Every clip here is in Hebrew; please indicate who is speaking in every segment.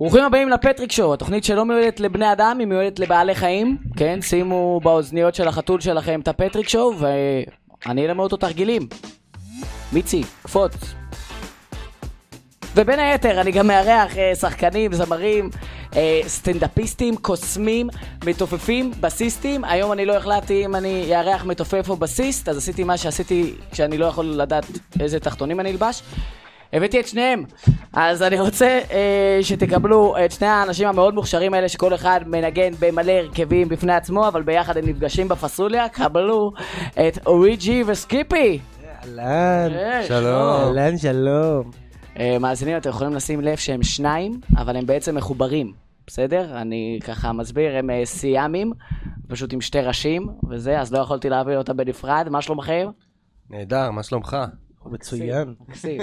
Speaker 1: ברוכים הבאים לפטריק שואו, התוכנית שלא מיועדת לבני אדם, היא מיועדת לבעלי חיים. כן, שימו באוזניות של החתול שלכם את הפטריק שואו, ואני אלמד אותו תרגילים. מיצי, קפוץ. ובין היתר, אני גם מארח אה, שחקנים, זמרים, אה, סטנדאפיסטים, קוסמים, מתופפים, בסיסטים. היום אני לא החלטתי אם אני אארח מתופף או בסיסט, אז עשיתי מה שעשיתי כשאני לא יכול לדעת איזה תחתונים אני אלבש. הבאתי את שניהם, אז אני רוצה אה, שתקבלו את שני האנשים המאוד מוכשרים האלה שכל אחד מנגן במלא הרכבים בפני עצמו, אבל ביחד הם נפגשים בפסוליה, קבלו את אוריג'י וסקיפי.
Speaker 2: אהלן,
Speaker 1: יש,
Speaker 3: שלום.
Speaker 2: אהלן, שלום.
Speaker 1: אה, מאזינים, אתם יכולים לשים לב שהם שניים, אבל הם בעצם מחוברים, בסדר? אני ככה מסביר, הם אה, סיאמים, פשוט עם שתי ראשים וזה, אז לא יכולתי להעביר אותם בנפרד, מה שלומכם?
Speaker 3: נהדר, מה שלומך?
Speaker 2: הוא מצוין.
Speaker 1: מקסים.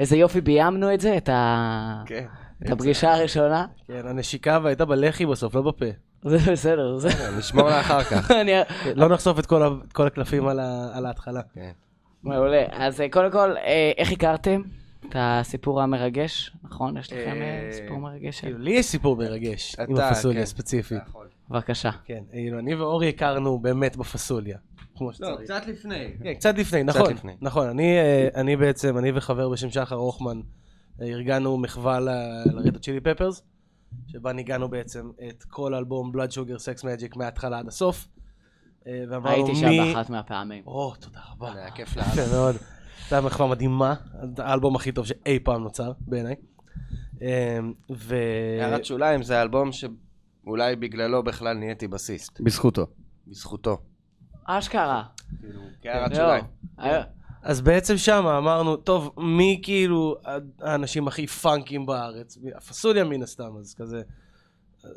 Speaker 1: איזה יופי ביימנו את זה, את ה-
Speaker 3: כן.
Speaker 1: את הפגישה הראשונה.
Speaker 2: כן, הנשיקה והייתה בלחי בסוף, לא בפה.
Speaker 1: זה בסדר, זה...
Speaker 3: כן, נשמור לה אחר כך.
Speaker 1: אני-
Speaker 2: לא נחשוף את כל ה- את כל הקלפים על ה- על ההתחלה.
Speaker 3: כן.
Speaker 1: מעולה. אז אה, קודם כל, אה, איך הכרתם את הסיפור המרגש? נכון? יש לכם אה,
Speaker 3: אה,
Speaker 1: סיפור מרגש?
Speaker 2: כאילו, לי יש סיפור מרגש, עם
Speaker 3: אתה,
Speaker 2: הפסוליה
Speaker 3: כן.
Speaker 2: ספציפית.
Speaker 1: בבקשה.
Speaker 2: כן, כאילו, אני ואורי הכרנו באמת בפסוליה. כמו שצריך.
Speaker 3: קצת לפני.
Speaker 2: כן, לא, קצת לפני, נכון,
Speaker 3: לפני.
Speaker 2: נכון. אני, אה, אני בעצם, אני וחבר בשם שחר הוכמן, אה, ארגנו מחווה לרדו צ'ילי פפרס, שבה ניגענו בעצם את כל אלבום בלאד שוגר סקס מג'יק מההתחלה עד הסוף. אה, ואמרנו
Speaker 1: הייתי שם
Speaker 2: מי...
Speaker 1: באחת מהפעמים.
Speaker 2: או, תודה רבה.
Speaker 3: היה כיף
Speaker 2: יפה
Speaker 3: לאללה.
Speaker 2: כן, מאוד. זו הייתה מחווה מדהימה, האלבום הכי טוב שאי פעם נוצר, בעיניי. אה, ו...
Speaker 3: הערת שוליים זה האלבום שאולי בגללו בכלל נהייתי בסיסט.
Speaker 4: בזכותו.
Speaker 3: בזכותו.
Speaker 1: אשכרה.
Speaker 2: כן,
Speaker 3: הערת
Speaker 1: לא.
Speaker 3: שוליים.
Speaker 1: אה,
Speaker 2: אז בעצם שם אמרנו, טוב, מי כאילו האנשים הכי פאנקים בארץ? הפסוליה מן הסתם, אז כזה...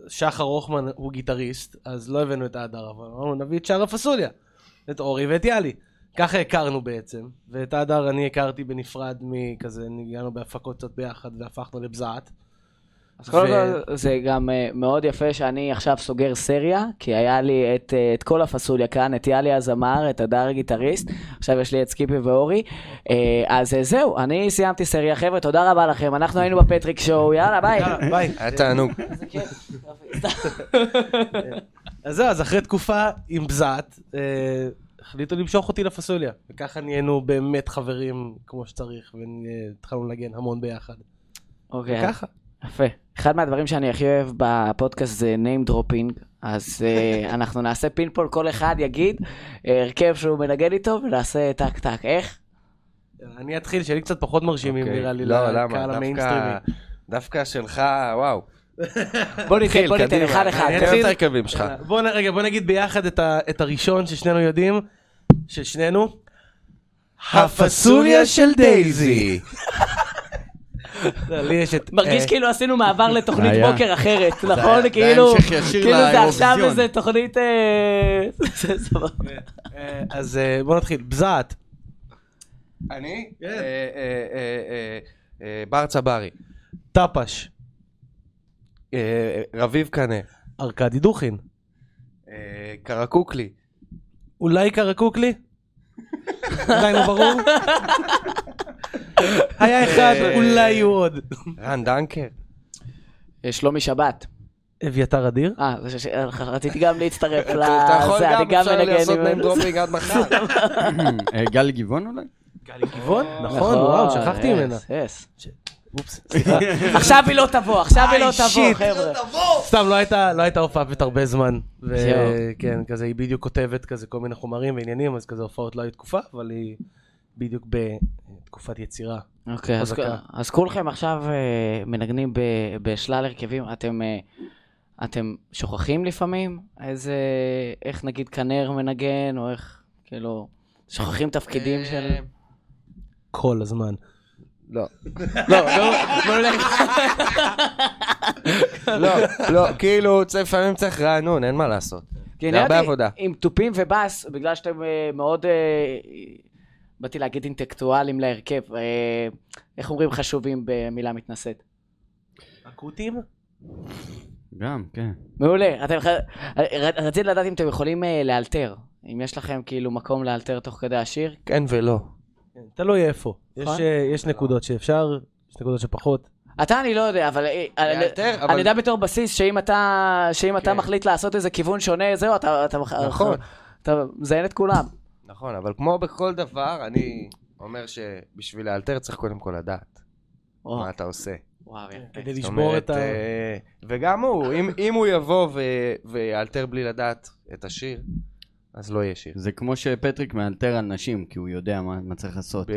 Speaker 2: שחר הוכמן הוא גיטריסט, אז לא הבאנו את ההדר, אבל אמרנו, נביא את שאר הפסוליה. את אורי ואת יאלי. ככה הכרנו בעצם, ואת ההדר אני הכרתי בנפרד מכזה, ניגענו בהפקות קצת ביחד והפכנו לבזעת.
Speaker 1: אז קודם
Speaker 2: ו-
Speaker 1: כל זה גם אה, מאוד יפה שאני עכשיו סוגר סריה, כי היה לי את, אה, את כל הפסוליה כאן, את יאלי הזמר, את הדר הגיטריסט, עכשיו יש לי את סקיפי ואורי. אה, אז אה, זהו, אני סיימתי סריה. חבר'ה, תודה רבה לכם, אנחנו היינו בפטריק שואו, יאללה ביי.
Speaker 2: יאללה, אה, ביי.
Speaker 3: היה תענוג.
Speaker 2: אז זהו, אז אחרי תקופה עם בזעת, אה, החליטו למשוך אותי לפסוליה. וככה נהיינו באמת חברים כמו שצריך, והתחלנו לנגן המון ביחד.
Speaker 1: אוקיי, אז-
Speaker 2: ככה.
Speaker 1: יפה. אחד מהדברים שאני הכי אוהב בפודקאסט זה name dropping, אז אה, אנחנו נעשה פינפול, כל אחד יגיד אה, הרכב שהוא מנגן איתו, ונעשה טק טק. איך?
Speaker 2: אני אתחיל, שלי קצת פחות מרשימים
Speaker 3: אוקיי.
Speaker 2: נראה לי,
Speaker 3: לא,
Speaker 2: לקהל
Speaker 3: למה?
Speaker 2: המיינסטרימי. אוקיי,
Speaker 3: דווקא- דווקא שלך, וואו.
Speaker 1: בוא ניתן,
Speaker 3: התחיל,
Speaker 1: בוא ניתן
Speaker 3: קדימה.
Speaker 1: אחד אחד.
Speaker 3: אני
Speaker 2: אתחיל.
Speaker 3: אוהב את הרכבים שלך.
Speaker 2: בוא נ- רגע, בוא נגיד ביחד את ה- את הראשון ששנינו יודעים, של שנינו. הפסוליה של דייזי. לא, לי יש את...
Speaker 1: מרגיש
Speaker 2: אה,
Speaker 1: כאילו עשינו מעבר לתוכנית
Speaker 4: היה.
Speaker 1: בוקר אחרת,
Speaker 3: היה-
Speaker 1: נכון?
Speaker 3: זה
Speaker 1: כאילו,
Speaker 3: היה המשך ישיר
Speaker 1: כאילו זה עכשיו
Speaker 3: לאירוויזיון.
Speaker 1: איזה תוכנית... אה, זה סבבה. כאילו-
Speaker 2: אה, אז אה, בוא נתחיל. בזעת.
Speaker 3: אני?
Speaker 2: כן.
Speaker 3: אה, אה, אה, אה, אה, בר צברי.
Speaker 2: טפש.
Speaker 3: אה, אה, רביב קנה.
Speaker 2: ארכדי דוכין.
Speaker 3: אה, קרקוקלי.
Speaker 2: אולי קרקוק לי? עדיין לא ברור? היה אחד, אולי יהיו עוד.
Speaker 3: רן דנקר.
Speaker 1: אה, שלומי שבת.
Speaker 2: אביתר אדיר?
Speaker 1: אה, זה ש- ש- רציתי גם להצטרף לזה,
Speaker 3: כאילו, אתה יכול
Speaker 1: אני
Speaker 3: גם,
Speaker 1: גם
Speaker 3: אפשר לעשות
Speaker 1: מנגן
Speaker 3: name
Speaker 1: עם...
Speaker 3: dropping עד מחר.
Speaker 4: אה, גל גבעון אולי?
Speaker 2: גלי גבעון? נכון, וואו, שכחתי
Speaker 1: yes,
Speaker 2: ממנה.
Speaker 1: אה, yes.
Speaker 2: אופס, סליחה.
Speaker 1: עכשיו היא לא תבוא, עכשיו היא
Speaker 2: איי,
Speaker 1: לא תבוא,
Speaker 2: שיט.
Speaker 1: חבר'ה.
Speaker 2: סתם, לא הייתה לא הייתה הופעה באמת הרבה זמן.
Speaker 1: זהו.
Speaker 2: וכן, כזה, היא בדיוק כותבת כזה כל מיני חומרים ועניינים, אז כזה הופעות לא היו תקופה, אבל היא בדיוק בתקופת יצירה.
Speaker 1: אוקיי, אז-
Speaker 2: חזקה.
Speaker 1: אז כולכם עכשיו אה, מנגנים ב- בשלל הרכבים, אתם... אה, אתם שוכחים לפעמים איזה, איך נגיד כנר מנגן, או איך, כאילו, שוכחים תפקידים
Speaker 3: אה,
Speaker 1: של...
Speaker 2: כל הזמן.
Speaker 3: לא.
Speaker 1: לא, לא, בוא נלך.
Speaker 3: לא, לא, כאילו, צ- לפעמים צריך רענון, אין מה לעשות.
Speaker 1: כי
Speaker 3: זה הרבה
Speaker 1: נהייתי
Speaker 3: עבודה.
Speaker 1: עם תופים ובאס, בגלל שאתם אה, מאוד, אה, באתי להגיד אינטלקטואלים להרכב, אה, איך אומרים חשובים במילה מתנשאת?
Speaker 2: אקוטים?
Speaker 4: גם, כן.
Speaker 1: מעולה, אתם, ח- אה, ר- רציתי לדעת אם אתם יכולים אה, לאלתר, אם יש לכם כאילו מקום לאלתר תוך כדי השיר.
Speaker 3: כן ולא.
Speaker 2: כן, תלוי איפה. יש,
Speaker 1: נכון.
Speaker 2: אה, יש נקודות שאפשר, יש נקודות שפחות.
Speaker 1: אתה אני לא יודע, אבל אה, אני-
Speaker 3: יותר, אבל-
Speaker 1: אני יודע בתור בסיס שאם אתה שאם אתה
Speaker 3: כן.
Speaker 1: מחליט לעשות איזה כיוון שונה, זהו, אתה... אתה-
Speaker 3: נכון.
Speaker 1: אתה מזיין את כולם.
Speaker 3: נכון, אבל כמו בכל דבר, אני אומר שבשביל לאלתר צריך קודם כל לדעת
Speaker 1: או,
Speaker 3: מה אתה עושה.
Speaker 1: וואו, יפה.
Speaker 2: כדי
Speaker 3: זאת
Speaker 2: לשבור את ה...
Speaker 3: אומרת, אה, וגם הוא, אם- אם הוא יבוא ו- ויאלתר בלי לדעת את השיר, אז לא יהיה שיר.
Speaker 4: זה כמו שפטריק מאלתר על נשים, כי הוא יודע מה מה צריך לעשות.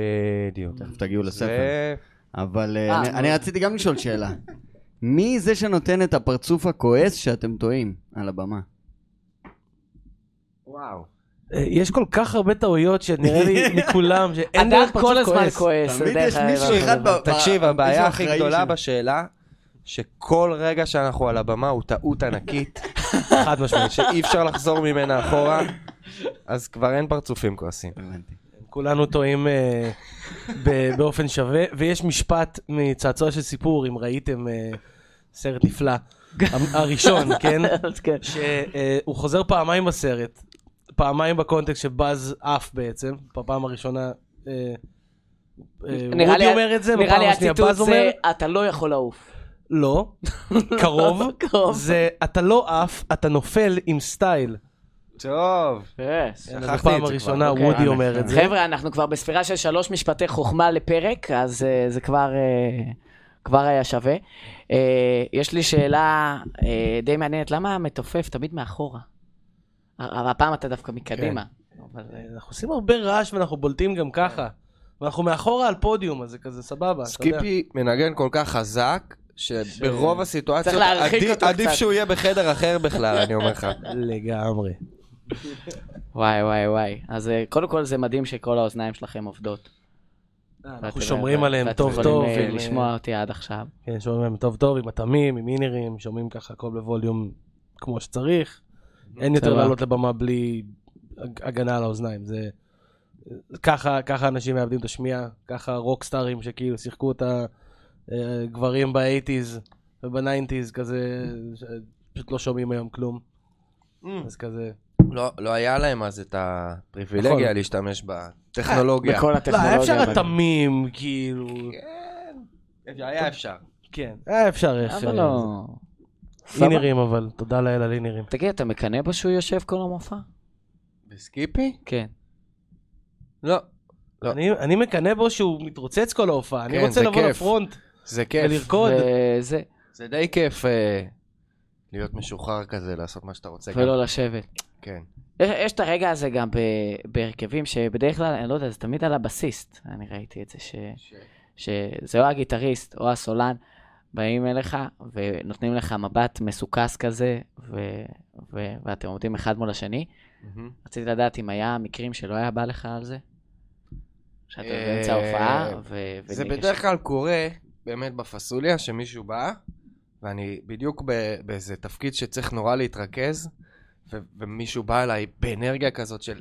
Speaker 3: בדיוק.
Speaker 4: תכף תגיעו לספר.
Speaker 3: זה-
Speaker 4: אבל
Speaker 1: אה,
Speaker 4: אה, אני-
Speaker 1: נו.
Speaker 4: אני רציתי גם לשאול שאלה. מי זה שנותן את הפרצוף הכועס שאתם טועים על הבמה?
Speaker 3: וואו.
Speaker 2: אה, יש כל כך הרבה טעויות שנראה לי מכולם, שאין דרך
Speaker 1: אתה
Speaker 2: פרצוף
Speaker 1: כל הזמן
Speaker 2: כועס.
Speaker 3: אה,
Speaker 1: כועס.
Speaker 4: תמיד
Speaker 1: דרך
Speaker 4: יש
Speaker 1: ה-
Speaker 4: מישהו
Speaker 1: דרך
Speaker 4: אחד
Speaker 1: הדבר.
Speaker 4: ב-
Speaker 3: תקשיב,
Speaker 4: מישהו
Speaker 3: הבעיה הכי
Speaker 4: אה, אחראי
Speaker 3: גדולה
Speaker 4: שם.
Speaker 3: בשאלה, שכל רגע שאנחנו על הבמה הוא טעות ענקית,
Speaker 2: חד משמעית.
Speaker 3: שאי אפשר לחזור ממנה אחורה, אז כבר אין פרצופים כועסים.
Speaker 4: הבנתי.
Speaker 2: כולנו טועים אה, ב- באופן שווה, ויש משפט מצעצוע של סיפור, אם ראיתם אה, סרט נפלא, המ- הראשון, כן?
Speaker 1: כן.
Speaker 2: שהוא חוזר פעמיים בסרט, פעמיים בקונטקסט שבאז עף בעצם, בפעם הראשונה, אה, אה,
Speaker 1: נראה
Speaker 2: רודי
Speaker 1: לי-
Speaker 2: אומר את זה,
Speaker 1: נראה
Speaker 2: בפעם
Speaker 1: לי
Speaker 2: השנייה
Speaker 1: הציטוט
Speaker 2: באז אומר,
Speaker 1: זה, אתה לא יכול לעוף.
Speaker 2: לא, קרוב,
Speaker 1: קרוב.
Speaker 2: זה אתה לא עף, אתה נופל עם סטייל.
Speaker 3: טוב.
Speaker 1: Yes.
Speaker 2: אז
Speaker 3: שכחתי את זה
Speaker 2: בפעם
Speaker 3: כבר,
Speaker 2: הראשונה
Speaker 1: אוקיי.
Speaker 2: וודי אומר את זה.
Speaker 1: חבר'ה, אנחנו כבר בספירה של שלוש משפטי חוכמה לפרק, אז אה, זה כבר, אה, כבר היה שווה. אה, יש לי שאלה אה, די מעניינת, למה המתופף תמיד מאחורה? אבל הפעם אתה דווקא מקדימה.
Speaker 2: כן.
Speaker 1: אבל, אה,
Speaker 2: אנחנו עושים הרבה רעש ואנחנו בולטים גם ככה. ואנחנו מאחורה על פודיום, אז זה כזה סבבה, אתה יודע.
Speaker 3: סקיפי מנגן כל כך חזק, שברוב הסיטואציות
Speaker 1: צריך להרחיק
Speaker 3: עדיף-
Speaker 1: אותו
Speaker 3: עדיף
Speaker 1: קצת.
Speaker 3: שהוא יהיה בחדר אחר בכלל, אני אומר לך.
Speaker 2: לגמרי.
Speaker 1: וואי וואי וואי. אז אה, קודם כל זה מדהים שכל האוזניים שלכם עובדות.
Speaker 2: אה, אנחנו
Speaker 1: ואתם-
Speaker 2: שומרים
Speaker 1: ואת-
Speaker 2: עליהם
Speaker 1: ואתם
Speaker 2: טוב
Speaker 1: יכולים,
Speaker 2: טוב.
Speaker 1: אה,
Speaker 2: עם,
Speaker 1: לשמוע אותי עד עכשיו.
Speaker 2: כן, שומרים עליהם טוב טוב, עם התמים, עם אינרים, שומעים ככה הכל בווליום כמו שצריך. אין יותר
Speaker 1: סבבה.
Speaker 2: לעלות לבמה בלי הג- הגנה על האוזניים. זה... ככה, ככה אנשים מאבדים את השמיעה, ככה רוקסטארים שכאילו שיחקו את הגברים באייטיז ובניינטיז, כזה, ש- פשוט לא שומעים היום כלום. אז כזה,
Speaker 3: לא- לא היה להם אז את הפריבילגיה
Speaker 2: נכון.
Speaker 3: להשתמש בטכנולוגיה.
Speaker 1: בכל
Speaker 2: לא,
Speaker 1: הטכנולוגיה.
Speaker 2: היה אפשר
Speaker 1: אבל-
Speaker 2: התמים, כאילו...
Speaker 3: היה אפשר.
Speaker 2: כן, היה אפשר איך...
Speaker 1: אבל לא...
Speaker 2: לינרים אבל, תודה לאל על לינרים.
Speaker 1: תגיד, אתה מקנא בו שהוא יושב כל המופע?
Speaker 3: בסקיפי?
Speaker 1: כן.
Speaker 3: לא. לא.
Speaker 2: אני- אני מקנא בו שהוא מתרוצץ כל ההופעה, אני
Speaker 3: כן,
Speaker 2: רוצה
Speaker 3: זה
Speaker 2: לבוא
Speaker 3: כיף.
Speaker 2: לפרונט
Speaker 3: זה כיף.
Speaker 2: ולרקוד.
Speaker 1: וזה,
Speaker 3: זה די כיף אה, להיות משוחרר כזה, לעשות מה שאתה רוצה.
Speaker 1: ולא לשבת.
Speaker 3: גם. כן.
Speaker 1: יש, יש את הרגע הזה גם ב, בהרכבים שבדרך כלל, אני לא יודע, זה תמיד על הבסיסט. אני ראיתי את זה, ש, שזה או הגיטריסט או הסולן, באים אליך ונותנים לך מבט מסוכס כזה, ו, ו, ואתם עומדים אחד מול השני.
Speaker 3: מהמם.
Speaker 1: רציתי לדעת אם היה מקרים שלא היה בא לך על זה? שאתה
Speaker 3: אה,
Speaker 1: באמצע ההופעה, ו...
Speaker 3: זה
Speaker 1: וניגש-
Speaker 3: בדרך כלל קורה, באמת בפסוליה, שמישהו בא, ואני בדיוק ב- באיזה תפקיד שצריך נורא להתרכז, ו- ומישהו בא אליי באנרגיה כזאת של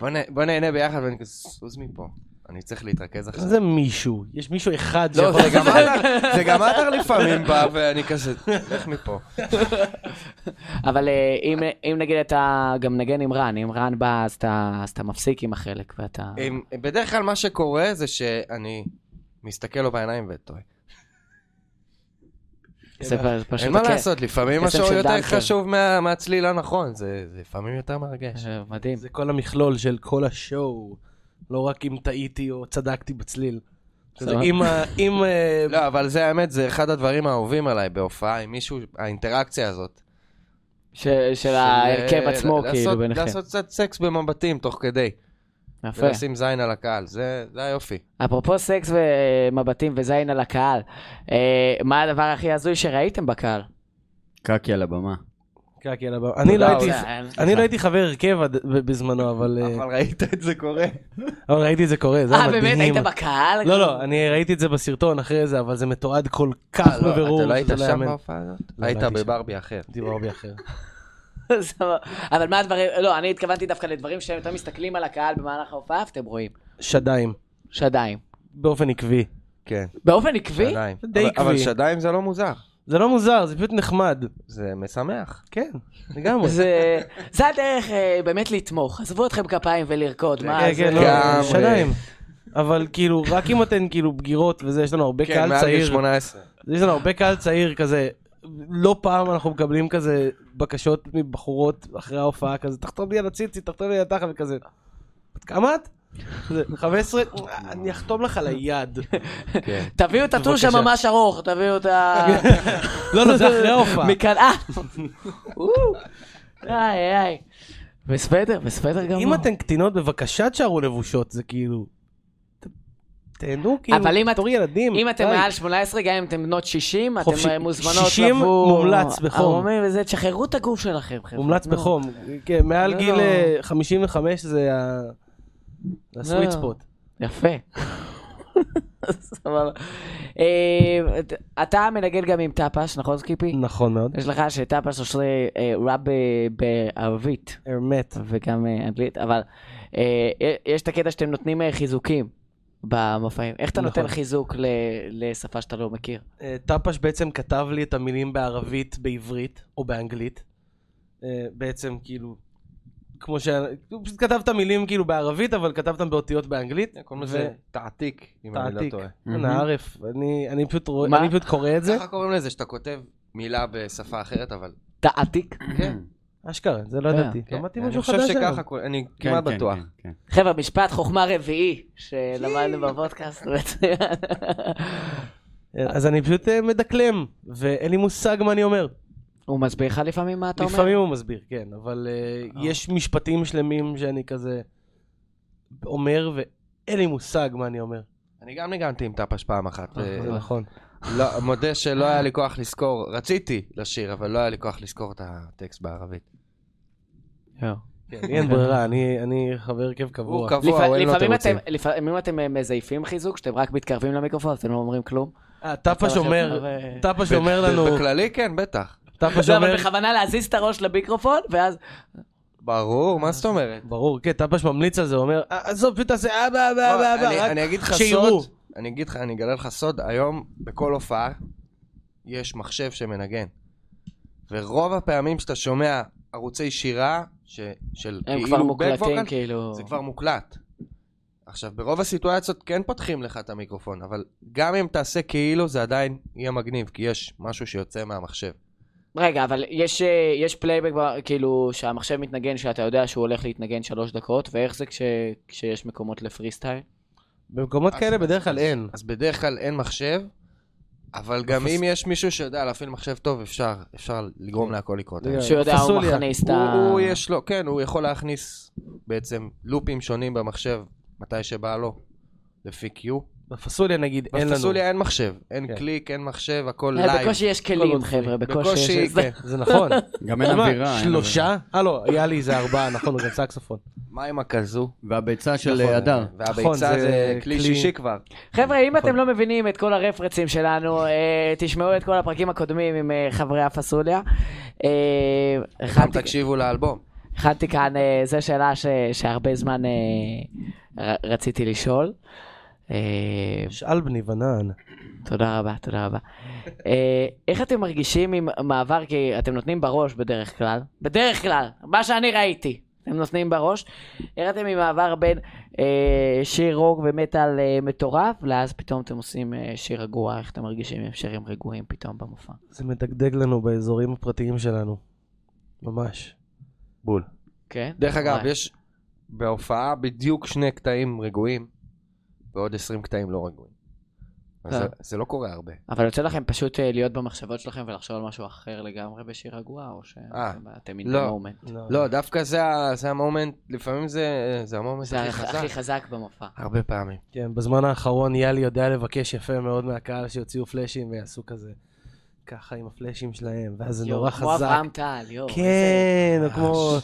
Speaker 3: בוא, נ- בוא נהנה ביחד, ואני כזה, סוז מפה. אני צריך להתרכז עכשיו.
Speaker 2: זה מישהו, יש מישהו אחד
Speaker 3: לא,
Speaker 2: שיכול...
Speaker 3: זה גם עטר- זה גם עטר לפעמים בא, ואני כזה, לך מפה.
Speaker 1: אבל אה, אם, אם נגיד אתה גם נגן עם רן, אם רן בא, אז אתה, אז אתה מפסיק עם החלק ואתה...
Speaker 3: הם- בדרך כלל מה שקורה זה שאני מסתכל לו בעיניים וטועה.
Speaker 1: זה פ- פשוט...
Speaker 3: אין מה
Speaker 1: כן.
Speaker 3: לעשות, לפעמים
Speaker 1: קסם
Speaker 3: השור
Speaker 1: של
Speaker 3: יותר
Speaker 1: דנקר.
Speaker 3: חשוב מה- מהצליל הנכון, זה זה לפעמים יותר מרגש.
Speaker 1: זה אה, מדהים.
Speaker 2: זה כל המכלול של כל השואו, לא רק אם טעיתי או צדקתי בצליל. זה
Speaker 1: סבבה.
Speaker 2: אם ה- אם... אה,
Speaker 3: לא, אבל זה האמת, זה אחד הדברים האהובים עליי בהופעה, עם מישהו, האינטראקציה הזאת.
Speaker 1: ש- של ההרכב
Speaker 3: אה,
Speaker 1: עצמו,
Speaker 3: לעשות-
Speaker 1: כאילו, ביניכם.
Speaker 3: לעשות קצת סקס במבטים תוך כדי,
Speaker 1: יפה.
Speaker 3: ולשים זין על הקהל, זה זה היופי.
Speaker 1: אפרופו סקס ומבטים וזין על הקהל, אה, מה הדבר הכי הזוי שראיתם בקהל?
Speaker 4: קקי על הבמה.
Speaker 2: קקי על הבמה. אני לא
Speaker 3: תודה, נכון.
Speaker 2: הייתי-
Speaker 1: אורן.
Speaker 2: אני לא הייתי חבר הרכב עד- בזמנו, אבל אה,
Speaker 3: אבל ראית את זה קורה.
Speaker 2: אבל ראיתי את זה קורה, זה
Speaker 1: אה,
Speaker 2: היה
Speaker 1: באמת?
Speaker 2: מדהים.
Speaker 1: היית בקהל?
Speaker 2: לא, לא, אני ראיתי את זה בסרטון אחרי זה, אבל זה מתועד כל כך
Speaker 3: לא,
Speaker 2: בבירור.
Speaker 3: אתה לא היית
Speaker 2: שזה
Speaker 3: שם
Speaker 2: יאמן.
Speaker 3: בהופעה הזאת?
Speaker 2: לא,
Speaker 3: היית
Speaker 2: לא הייתי שם.
Speaker 3: בברבי אחר.
Speaker 2: הייתי בעובי אחר.
Speaker 1: סבבה. אבל מה הדברים... לא, אני התכוונתי דווקא לדברים שהם יותר מסתכלים על הקהל במהלך ההופעה, ואתם רואים.
Speaker 2: שדיים,
Speaker 1: שדיים.
Speaker 2: באופן עקבי.
Speaker 3: כן,
Speaker 1: באופן עקבי?
Speaker 3: שדיים.
Speaker 2: די
Speaker 3: אבל- אבל
Speaker 2: עקבי.
Speaker 3: שדיים זה לא מוזר,
Speaker 2: זה לא מוזר, זה פשוט נחמד.
Speaker 3: זה משמח.
Speaker 2: כן, לגמרי.
Speaker 1: זה, זה הדרך אה, באמת לתמוך, עזבו אתכם כפיים ולרקוד, מה
Speaker 2: כן,
Speaker 1: זה?
Speaker 2: כן, לא,
Speaker 3: לגמרי.
Speaker 2: שדיים. אבל כאילו, רק אם אתן כאילו בגירות וזה, יש לנו הרבה
Speaker 3: כן,
Speaker 2: קהל
Speaker 3: מעל גיל
Speaker 2: צעיר.
Speaker 3: 18.
Speaker 2: יש לנו הרבה קהל צעיר כזה, לא פעם אנחנו מקבלים כזה בקשות מבחורות אחרי ההופעה כזה, תחתום לי על הציצי, תחתום לי על התחת וכזה. "בת כמה את? כזה, 15? אני אחתום לך על היד.
Speaker 3: כן.
Speaker 1: תביאו את הטוש
Speaker 2: בבקשה.
Speaker 1: הממש ארוך, תביאו את ה...
Speaker 2: לא, לא, זה אחרי ההופעה.
Speaker 1: מכאן, אה! אוו. איי, איי. בסדר, בסדר גמור.
Speaker 2: אם אתן קטינות, בבקשה תשארו לבושות, זה כאילו... ת- תהנו כאילו,
Speaker 1: אבל אם את-
Speaker 2: בתור ילדים.
Speaker 1: אם אתם
Speaker 2: די.
Speaker 1: מעל 18, גם אם אתם בנות 60, אתם
Speaker 2: חופשי.
Speaker 1: אה, מוזמנות
Speaker 2: 60
Speaker 1: לבוא...
Speaker 2: מומלץ בחום.
Speaker 1: ערומים וזה, תשחררו את הגוף שלכם, חבר'ה.
Speaker 2: מומלץ
Speaker 1: נו.
Speaker 2: בחום. כן, מעל
Speaker 1: לא,
Speaker 2: גיל
Speaker 1: לא.
Speaker 2: אה, 55 זה ה... זה הסוויט
Speaker 1: לא.
Speaker 2: ספוט.
Speaker 1: יפה. סבבה. אה, אתה- אתה מנגן גם עם טאפש, נכון סקיפי?
Speaker 2: נכון מאוד.
Speaker 1: יש לך שטאפש עושה אה, ראפ אה, בערבית.
Speaker 2: אמת.
Speaker 1: וגם אה, אנגלית, אבל אה, יש את הקטע שאתם נותנים אה, חיזוקים במופעים. איך אתה נותן
Speaker 2: נכון.
Speaker 1: חיזוק ל, לשפה שאתה לא מכיר?
Speaker 2: אה, טפש בעצם כתב לי את המילים בערבית, בעברית או באנגלית. אה, בעצם כאילו, כמו ש... הוא פשוט כתב את המילים כאילו בערבית, אבל כתב אותם באותיות באנגלית.
Speaker 3: קוראים לזה תעתיק, אם אני לא
Speaker 2: תעתיק.
Speaker 3: טועה.
Speaker 2: אנא ערף, אני אני פשוט רואה-
Speaker 1: מה?
Speaker 2: אני פשוט קורא את זה.
Speaker 3: ככה קוראים לזה שאתה כותב מילה בשפה אחרת, אבל...
Speaker 1: תעתיק.
Speaker 3: כן,
Speaker 2: אשכרה, זה לא
Speaker 1: כן,
Speaker 2: ידעתי.
Speaker 3: כן.
Speaker 2: למדתי
Speaker 3: אני
Speaker 2: משהו
Speaker 3: חושב
Speaker 2: חדש היום.
Speaker 3: שככה, קורא- אני
Speaker 4: כן,
Speaker 3: כמעט
Speaker 4: כן,
Speaker 3: בטוח.
Speaker 4: כן, כן.
Speaker 1: חבר'ה, משפט חוכמה רביעי שלמדנו בפודקאסט. מצוין.
Speaker 2: אז אני פשוט אה, מדקלם, ואין לי מושג מה אני אומר.
Speaker 1: הוא מסביר לך לפעמים מה אתה אומר?
Speaker 2: לפעמים הוא מסביר, כן, אבל אה, יש משפטים שלמים שאני כזה אומר, ואין לי מושג מה אני אומר.
Speaker 3: אני גם ניגנתי עם טפש פעם אחת. ו-
Speaker 2: זה נכון.
Speaker 3: לא, מודה שלא היה לי כוח לזכור, רציתי לשיר, אבל לא היה לי כוח לזכור את הטקסט בערבית.
Speaker 1: יואו.
Speaker 2: כן, לי אין ברירה, אני אני חבר הרכב קבוע.
Speaker 3: הוא קבוע,
Speaker 1: לפע-
Speaker 3: הוא אין לו
Speaker 1: לפעמים
Speaker 3: תירוצים.
Speaker 1: אתם- לפעמים אתם אה, מזייפים חיזוק, שאתם רק מתקרבים למיקרופון, אתם לא אומרים כלום?
Speaker 2: אה, טאפה
Speaker 1: אבל-
Speaker 2: שומר, טאפה שומר
Speaker 3: ב-
Speaker 2: לנו,
Speaker 3: בכללי כן, בטח.
Speaker 2: טאפה
Speaker 1: לא,
Speaker 2: שומר,
Speaker 1: אבל בכוונה להזיז את הראש למיקרופון, ואז...
Speaker 3: ברור, מה זאת אומרת?
Speaker 2: ברור, כן, טאפה שממליץ על זה, אומר, "אה, עזוב, פשוט תעשה אבא, אבא, אבא,
Speaker 3: אני-
Speaker 2: אבא, אה, רק
Speaker 3: אני אגיד לך
Speaker 2: שיראו.
Speaker 3: סוד, אני אגיד לך, אני אגלה לך סוד, היום בכל הופעה יש מחשב שמנגן. ורוב הפעמים שאתה שומע ערוצי שירה, ש- של
Speaker 1: הם
Speaker 3: כאילו
Speaker 1: כבר
Speaker 3: back
Speaker 1: מוקלטים,
Speaker 3: vocal,
Speaker 1: כאילו...
Speaker 3: זה כבר מוקלט. עכשיו, ברוב הסיטואציות כן פותחים לך את המיקרופון, אבל גם אם תעשה כאילו, זה עדיין יהיה מגניב, כי יש משהו שיוצא מהמחשב.
Speaker 1: רגע, אבל יש, אה, יש פלייבק, ב- כאילו, שהמחשב מתנגן, שאתה יודע שהוא הולך להתנגן שלוש דקות, ואיך זה כש, כשיש מקומות לפרי סטייל?
Speaker 2: במקומות
Speaker 3: אז-
Speaker 2: כאלה בדרך
Speaker 3: אז-
Speaker 2: כלל אין.
Speaker 3: אז בדרך כלל אין מחשב,
Speaker 1: לא
Speaker 3: אבל גם
Speaker 2: בפס-
Speaker 3: אם יש מישהו שיודע להפעיל מחשב טוב, אפשר, אפשר
Speaker 1: כן.
Speaker 3: לגרום להכל לקרות.
Speaker 2: לגמרי.
Speaker 1: שהוא יודע, הוא
Speaker 2: פסוליה.
Speaker 1: מכניס את ה...
Speaker 3: כן, הוא, הוא יש לו, כן, הוא יכול להכניס בעצם לופים שונים במחשב מתי שבא לו, לפי Q.
Speaker 2: בפסוליה נגיד אין לנו.
Speaker 3: בפסוליה אין מחשב, אין
Speaker 2: כן.
Speaker 3: קליק, אין מחשב, הכל
Speaker 1: אה,
Speaker 3: לייב.
Speaker 1: בקושי יש
Speaker 2: כל
Speaker 1: כלים,
Speaker 2: עוד
Speaker 1: חבר'ה, בקושי,
Speaker 3: בקושי,
Speaker 1: יש...
Speaker 3: כן.
Speaker 2: זה נכון.
Speaker 4: גם אין
Speaker 2: מה,
Speaker 4: אווירה. אין אווירה.
Speaker 2: שלושה? אה לא, היה לי איזה ארבעה, נכון, הוא גם סקסופון.
Speaker 3: מה עם הכזו?
Speaker 4: והביצה של אה,
Speaker 2: נכון,
Speaker 4: הדר.
Speaker 2: נכון,
Speaker 3: והביצה
Speaker 2: זה
Speaker 3: זה כלי
Speaker 2: כלי-
Speaker 3: שישי כבר.
Speaker 1: חבר'ה, אם
Speaker 3: נכון.
Speaker 1: אתם לא מבינים את כל הרפרצים שלנו, אה, תשמעו את כל הפרקים הקודמים עם אה, חברי הפסוליה. אה,
Speaker 3: גם
Speaker 1: הכנתי-
Speaker 3: תקשיבו לאלבום.
Speaker 1: הכנתי כאן, אה, זו שאלה ש- שהרבה זמן אה, ר- רציתי לשאול. אה,
Speaker 2: שאל בני ונען.
Speaker 1: תודה רבה, תודה רבה. אה, איך אתם מרגישים עם מעבר, כי אתם נותנים בראש בדרך כלל, בדרך כלל, מה שאני ראיתי, אתם נותנים בראש, איך אתם עם מעבר בין אה, שיר רוק ומטאל אה, מטורף, ואז פתאום אתם עושים אה, שיר רגוע, איך אתם מרגישים עם שירים רגועים פתאום במופע?
Speaker 2: זה מדגדג לנו באזורים הפרטיים שלנו. ממש.
Speaker 3: בול.
Speaker 1: כן?
Speaker 3: דרך אגב,
Speaker 1: וואי.
Speaker 3: יש בהופעה בדיוק שני קטעים רגועים, ועוד 20 קטעים לא רגועים. אז
Speaker 1: אה.
Speaker 3: זה- זה לא קורה הרבה.
Speaker 1: אבל יוצא לכם פשוט אה, להיות במחשבות שלכם ולחשוב על משהו אחר לגמרי בשיר רגוע, או שאתם in the
Speaker 3: לא.
Speaker 1: moment?
Speaker 3: לא, דווקא זה ה- זה המומנט, לפעמים זה זה המומנט
Speaker 1: זה
Speaker 3: הכי
Speaker 1: הכ- הכי
Speaker 3: חזק.
Speaker 1: חזק במופע.
Speaker 3: הרבה פעמים.
Speaker 2: כן, בזמן האחרון יאלי יודע לבקש יפה מאוד מהקהל שיוציאו פלאשים ויעשו כזה, ככה עם הפלאשים שלהם, ואז זה
Speaker 1: יואו,
Speaker 2: נורא
Speaker 1: כמו
Speaker 2: חזק.
Speaker 1: אברהם טל, יואו. איזה-
Speaker 2: כן, או כמו-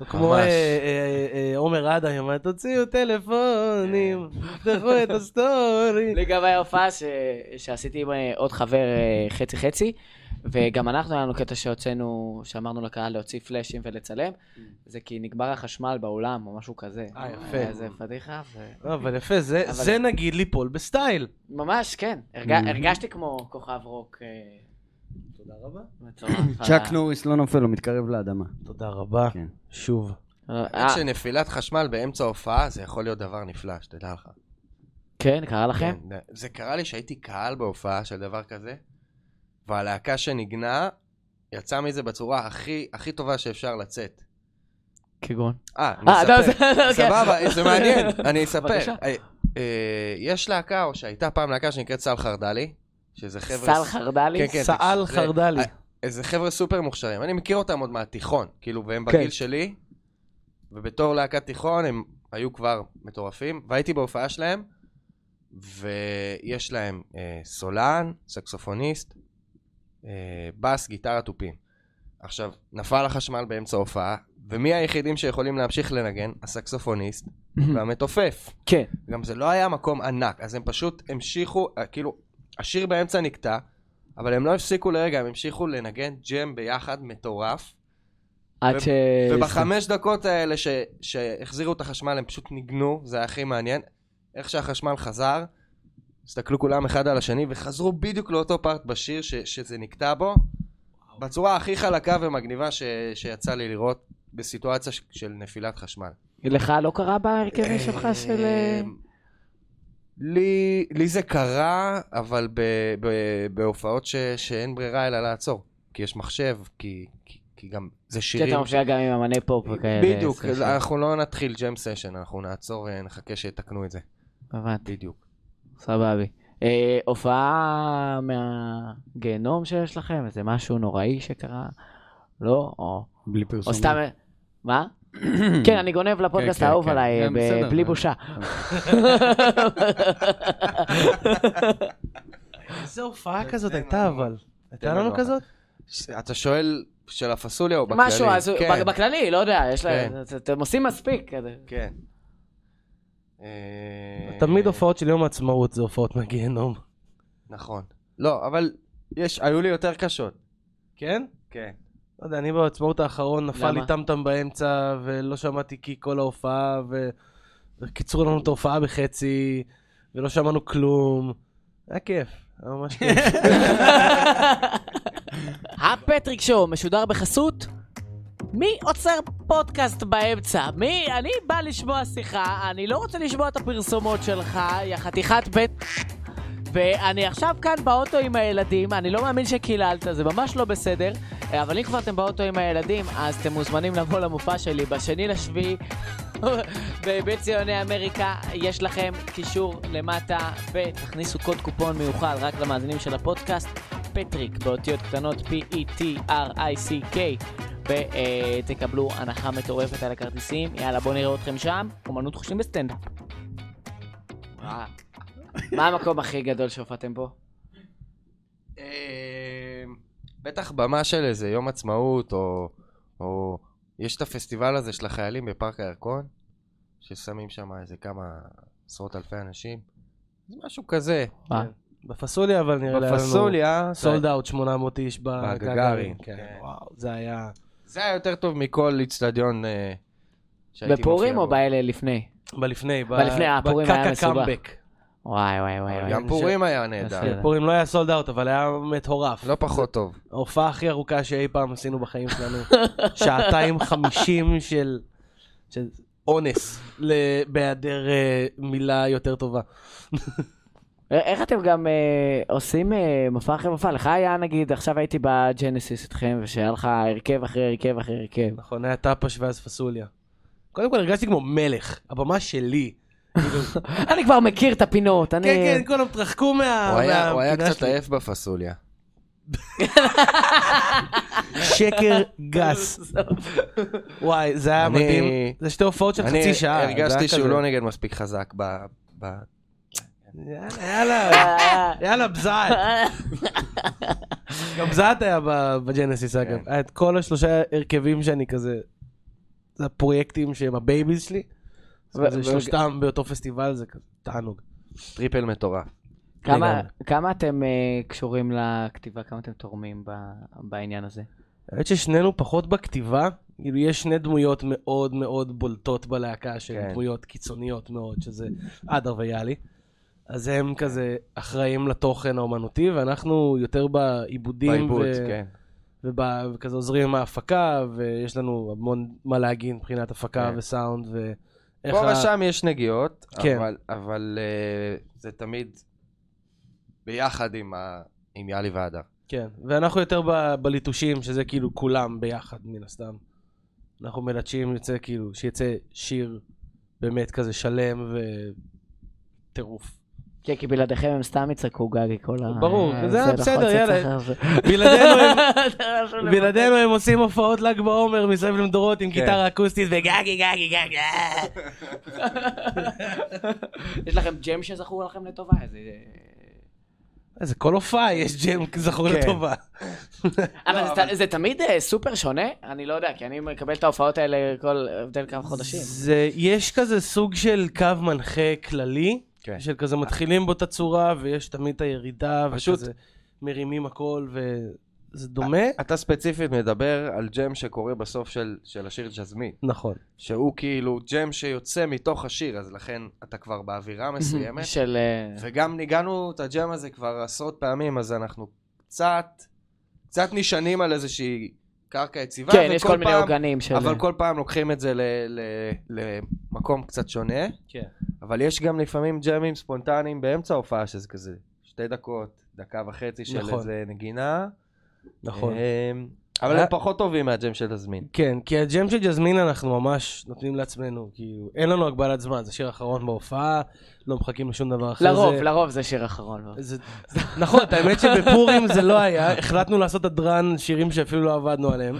Speaker 2: או כמו
Speaker 3: ממש.
Speaker 2: אה, אה, אה, עומר אדם, היא אומרת, תוציאו טלפונים, תפתחו את הסטורי.
Speaker 1: לי גם היה הופעה ש... שעשיתי עם אה, עוד חבר אה, חצי-חצי, וגם אנחנו, היה לנו קטע שהוצאנו, שאמרנו לקהל להוציא פלאשים ולצלם,
Speaker 3: Mm.
Speaker 1: זה כי נגמר החשמל באולם או משהו כזה.
Speaker 2: אה, יפה.
Speaker 1: היה איזה פדיחה, ו...
Speaker 2: לא, אבל יפה, זה-
Speaker 1: אבל-
Speaker 2: זה נגיד ליפול בסטייל.
Speaker 1: ממש, כן. הרג...
Speaker 4: Mm.
Speaker 1: הרגשתי כמו כוכב רוק. אה,
Speaker 2: תודה רבה.
Speaker 1: מטורף.
Speaker 4: צ'אק נוריס לא נופל, הוא מתקרב לאדמה.
Speaker 2: תודה רבה,
Speaker 4: כן.
Speaker 2: שוב.
Speaker 1: אה,
Speaker 3: האמת שנפילת חשמל באמצע הופעה זה יכול להיות דבר נפלא, שתדע לך.
Speaker 1: כן, קרה לכם?
Speaker 3: כן, זה קרה לי שהייתי קהל בהופעה של דבר כזה, והלהקה שנגנה, יצאה מזה בצורה הכי, הכי טובה שאפשר לצאת.
Speaker 1: כגון.
Speaker 3: אה,
Speaker 1: אה,
Speaker 3: אני
Speaker 1: לא, זה-
Speaker 3: אספר.
Speaker 1: אוקיי.
Speaker 3: סבבה, אה, זה מעניין, אני אספר.
Speaker 1: בבקשה.
Speaker 3: אה, אה, יש להקה, או שהייתה פעם להקה שנקראת סל חרדלי, שזה חבר'ה...
Speaker 1: סל חרדלי?
Speaker 3: כן, כן,
Speaker 2: סאל
Speaker 3: זה-
Speaker 2: חרדלי.
Speaker 3: אה, איזה חבר'ה סופר מוכשרים. אני מכיר אותם עוד מהתיכון, כאילו, והם
Speaker 1: כן.
Speaker 3: בגיל שלי, ובתור להקת תיכון הם היו כבר מטורפים, והייתי בהופעה שלהם, ויש להם אה, סולן, סקסופוניסט, אה, בס, גיטרה, תופים. עכשיו, נפל החשמל באמצע ההופעה, ומי היחידים שיכולים להמשיך לנגן? הסקסופוניסט
Speaker 1: Hmm.
Speaker 3: והמתופף.
Speaker 1: כן.
Speaker 3: גם זה לא היה מקום ענק, אז הם פשוט המשיכו, אה, כאילו, השיר באמצע נקטע, אבל הם לא הפסיקו לרגע, הם המשיכו לנגן ג'ם ביחד מטורף.
Speaker 1: עד ש...
Speaker 3: ובחמש דקות האלה ש... שהחזירו את החשמל, הם פשוט ניגנו, זה היה הכי מעניין. איך שהחשמל חזר, הסתכלו כולם אחד על השני, וחזרו בדיוק לאותו פארט בשיר ש... שזה נקטע בו, בצורה הכי חלקה ומגניבה ש... שיצא לי לראות בסיטואציה ש... של נפילת חשמל.
Speaker 1: לך לא קרה בהרכבים שלך של... אה,
Speaker 3: אמ, לי, לי זה קרה, אבל ב, ב, בהופעות ש, שאין ברירה אלא לעצור. כי יש מחשב, כי, כי, כי גם זה שירים.
Speaker 1: שאתה מופיע גם עם אמני פופ וכאלה.
Speaker 3: בדיוק,
Speaker 1: זה-
Speaker 3: אז אנחנו לא נתחיל ג'ם סשן, אנחנו נעצור ונחכה שיתקנו את זה.
Speaker 1: הבנתי,
Speaker 3: בדיוק.
Speaker 1: סבבי. אה, הופעה מהגיהנום שיש לכם? איזה משהו נוראי שקרה? לא? או-
Speaker 4: בלי
Speaker 1: או
Speaker 4: פרסום.
Speaker 1: סתם... מה?
Speaker 3: Mm.
Speaker 1: כן, אני גונב לפודקאסט
Speaker 4: כן,
Speaker 1: האהוב
Speaker 4: כן.
Speaker 1: עליי,
Speaker 3: לא,
Speaker 4: כן,
Speaker 1: ב-
Speaker 4: בסדר.
Speaker 1: בלי בושה.
Speaker 2: איזה הופעה כזאת הייתה אבל. הייתה לנו
Speaker 3: לנו
Speaker 2: כזאת?
Speaker 3: ש- אתה שואל של הפסוליה או בכללי?
Speaker 1: משהו, אז
Speaker 3: כן,
Speaker 1: ב- בכללי, לא יודע, יש
Speaker 3: כן.
Speaker 1: להם, אתם עושים מספיק. כזה.
Speaker 3: כן. אה,
Speaker 2: תמיד הופעות של יום העצמאות זה הופעות מהגיהנום.
Speaker 3: נכון. לא, אבל יש, היו לי יותר קשות.
Speaker 2: כן?
Speaker 3: כן.
Speaker 2: לא יודע, אני בעצמאות האחרון, נפל לי
Speaker 1: למה?
Speaker 2: טמטם באמצע, ולא שמעתי כי כל ההופעה, ו- וקיצרו לנו את ההופעה בחצי, ולא שמענו כלום. היה כיף, היה ממש כיף.
Speaker 1: הפטריק שואו משודר בחסות? מי עוצר פודקאסט באמצע? מי? אני בא לשמוע שיחה, אני לא רוצה לשמוע את הפרסומות שלך, יא חתיכת בית... ואני עכשיו כאן באוטו עם הילדים, אני לא מאמין שקיללת, זה ממש לא בסדר, אבל אם כבר אתם באוטו עם הילדים, אז אתם מוזמנים לבוא למופע שלי בשני לשביעי. בבית ציוני אמריקה יש לכם קישור למטה ותכניסו קוד קופון מיוחד רק למאזינים של הפודקאסט פטריק באותיות קטנות E P-E-T-R-I-C-K ותקבלו הנחה מטורפת על הכרטיסים יאללה בואו נראה אתכם שם אומנות חושים בסטנדאפ מה- מה המקום הכי גדול שהופעתם בו?
Speaker 3: אה, בטח במה של איזה יום עצמאות, או, או... יש את הפסטיבל הזה של החיילים בפארק הירקון, ששמים שם איזה כמה עשרות אלפי אנשים. זה משהו כזה.
Speaker 1: מה?
Speaker 2: בפסוליה, אבל נראה לי היה לנו...
Speaker 3: בפסוליה,
Speaker 2: סולד אאוט 800 איש
Speaker 3: בגגארין,
Speaker 2: בגגארין.
Speaker 3: כן.
Speaker 2: כן, וואו, זה היה...
Speaker 3: זה היה יותר טוב מכל איצטדיון אה, שהייתי
Speaker 1: בפורים
Speaker 3: מופיע
Speaker 1: או
Speaker 3: בו.
Speaker 1: באלה לפני?
Speaker 2: בלפני, ב-
Speaker 1: בלפני, אה, פורים היה
Speaker 2: בקקה
Speaker 1: מסובך.
Speaker 2: קאמבק.
Speaker 1: וואי וואי וואי.
Speaker 3: אבל
Speaker 1: וואי.
Speaker 3: גם פורים היה נהדר.
Speaker 1: בסדר.
Speaker 2: פורים לא היה סולד אאוט, אבל היה מטורף.
Speaker 3: לא פחות טוב.
Speaker 2: ההופעה הכי ארוכה שאי פעם עשינו בחיים שלנו. שעתיים חמישים של... של אונס, ל- בהיעדר אה, מילה יותר טובה.
Speaker 1: איך אתם גם אה, עושים אה, מופע אחרי מופע? לך היה נגיד, עכשיו הייתי בג'נסיס איתכם, ושהיה לך הרכב אחרי הרכב אחרי הרכב.
Speaker 2: נכון, היה טאפש ואז פסוליה. קודם כל הרגשתי כמו מלך, הבמה שלי.
Speaker 1: אני כבר מכיר את הפינות, אני...
Speaker 2: כן, כן, כולם התרחקו מה...
Speaker 3: הוא היה- הוא היה
Speaker 2: מהפינה
Speaker 3: קצת
Speaker 2: שלי.
Speaker 3: עייף בפסוליה.
Speaker 2: שקר גס. וואי, זה היה
Speaker 3: אני-
Speaker 2: מדהים. זה שתי הופעות של
Speaker 3: אני
Speaker 2: חצי שעה. זה
Speaker 3: הרגשתי
Speaker 2: היה
Speaker 3: שהוא
Speaker 2: כזה.
Speaker 3: לא נגד מספיק חזק ב- ב-
Speaker 2: יאללה, יאללה,
Speaker 1: אה,
Speaker 2: יאללה, בזעת. גם בזעת היה ב- בג'נסיס, אגב. היה את כל השלושה הרכבים שאני כזה... זה הפרויקטים שהם הבייביז שלי.
Speaker 1: ו-
Speaker 2: זה
Speaker 1: ו-
Speaker 2: שלושתם באותו פסטיבל, זה כזה תענוג.
Speaker 3: טריפל מטורף.
Speaker 1: כמה-
Speaker 2: לגמרי.
Speaker 1: כמה אתם אה, קשורים לכתיבה? כמה אתם תורמים ב- בעניין הזה?
Speaker 2: האמת ששנינו פחות בכתיבה, כאילו יש שני דמויות מאוד מאוד בולטות בלהקה, שהן
Speaker 3: כן.
Speaker 2: דמויות קיצוניות מאוד, שזה אדר ויאלי. אז הם כזה אחראים לתוכן האומנותי, ואנחנו יותר בעיבודים,
Speaker 3: בעיבוד,
Speaker 2: ו-
Speaker 3: כן.
Speaker 2: ובא- וכזה עוזרים עם ההפקה, ויש לנו המון מה להגיד מבחינת הפקה
Speaker 3: כן.
Speaker 2: וסאונד, ואיך
Speaker 3: פה
Speaker 2: ה-
Speaker 3: ושם יש נגיעות,
Speaker 2: כן.
Speaker 3: אבל- אבל אה, זה תמיד ביחד עם, ה... עם יאלי והדר.
Speaker 2: כן, ואנחנו יותר ב- בליטושים, שזה כאילו כולם ביחד, מן הסתם. אנחנו מלטשים, יוצא כאילו, שיצא שיר באמת כזה שלם וטירוף.
Speaker 1: כן, כי בלעדיכם הם סתם יצעקו גגי כל ה...
Speaker 2: ברור,
Speaker 1: אה,
Speaker 2: זה היה
Speaker 1: נכון,
Speaker 2: בסדר,
Speaker 1: צריך
Speaker 2: יאללה.
Speaker 1: אחר זה.
Speaker 2: בלעדינו
Speaker 3: לא,
Speaker 2: הם...
Speaker 1: משהו לבטא.
Speaker 2: בלעדינו הם עושים הופעות ל"ג בעומר מסביב למדורות עם
Speaker 3: כן.
Speaker 2: גיטרה אקוסטית וגגי גגי גגי.
Speaker 1: יש לכם ג'ם שזכור לכם לטובה? איזה...
Speaker 2: איזה כל הופעה יש ג'ם זכור
Speaker 3: כן.
Speaker 2: לטובה.
Speaker 1: אבל
Speaker 3: לא,
Speaker 1: זה ת- זה תמיד אה, סופר שונה? אני לא יודע, כי אני מקבל את ההופעות האלה כל הבדל כמה חודשים.
Speaker 2: זה, יש כזה סוג של קו מנחה כללי,
Speaker 3: כן.
Speaker 2: של כזה מתחילים בו את הצורה, ויש תמיד את הירידה,
Speaker 3: פשוט-
Speaker 2: וכזה מרימים הכל, וזה דומה.
Speaker 3: אתה ספציפית מדבר על ג'ם שקורה בסוף של, של השיר ג'זמי,
Speaker 2: נכון.
Speaker 3: שהוא כאילו ג'ם שיוצא מתוך השיר, אז לכן אתה כבר
Speaker 1: Mhm.
Speaker 3: באווירה מסוימת.
Speaker 1: של... אה,
Speaker 3: וגם ניגענו את הג'ם הזה כבר עשרות פעמים, אז אנחנו קצת, קצת נשענים על איזושהי קרקע יציבה.
Speaker 1: כן, יש
Speaker 3: וכל
Speaker 1: כל מיני
Speaker 3: פעם-
Speaker 1: עוגנים של... אה,
Speaker 3: אבל כל פעם לוקחים את זה ל- ל- למקום קצת שונה.
Speaker 2: כן.
Speaker 3: אבל יש גם לפעמים ג'אמים ספונטניים באמצע ההופעה, שזה כזה שתי דקות, דקה וחצי של
Speaker 2: נכון.
Speaker 3: איזה נגינה.
Speaker 2: נכון.
Speaker 3: אמ, אבל הם
Speaker 2: אה.
Speaker 3: פחות טובים מהג'אם של תזמין.
Speaker 2: כן, כי הג'ם של ג'זמין אנחנו ממש נותנים לעצמנו, כאילו, אין לנו הגבלת זמן, זה שיר אחרון בהופעה, לא מחכים לשום דבר אחר.
Speaker 1: לרוב,
Speaker 2: זה...
Speaker 1: לרוב זה שיר אחרון.
Speaker 2: זה... נכון, את האמת שבפורים זה לא היה, החלטנו לעשות הדרן שירים שאפילו לא עבדנו עליהם.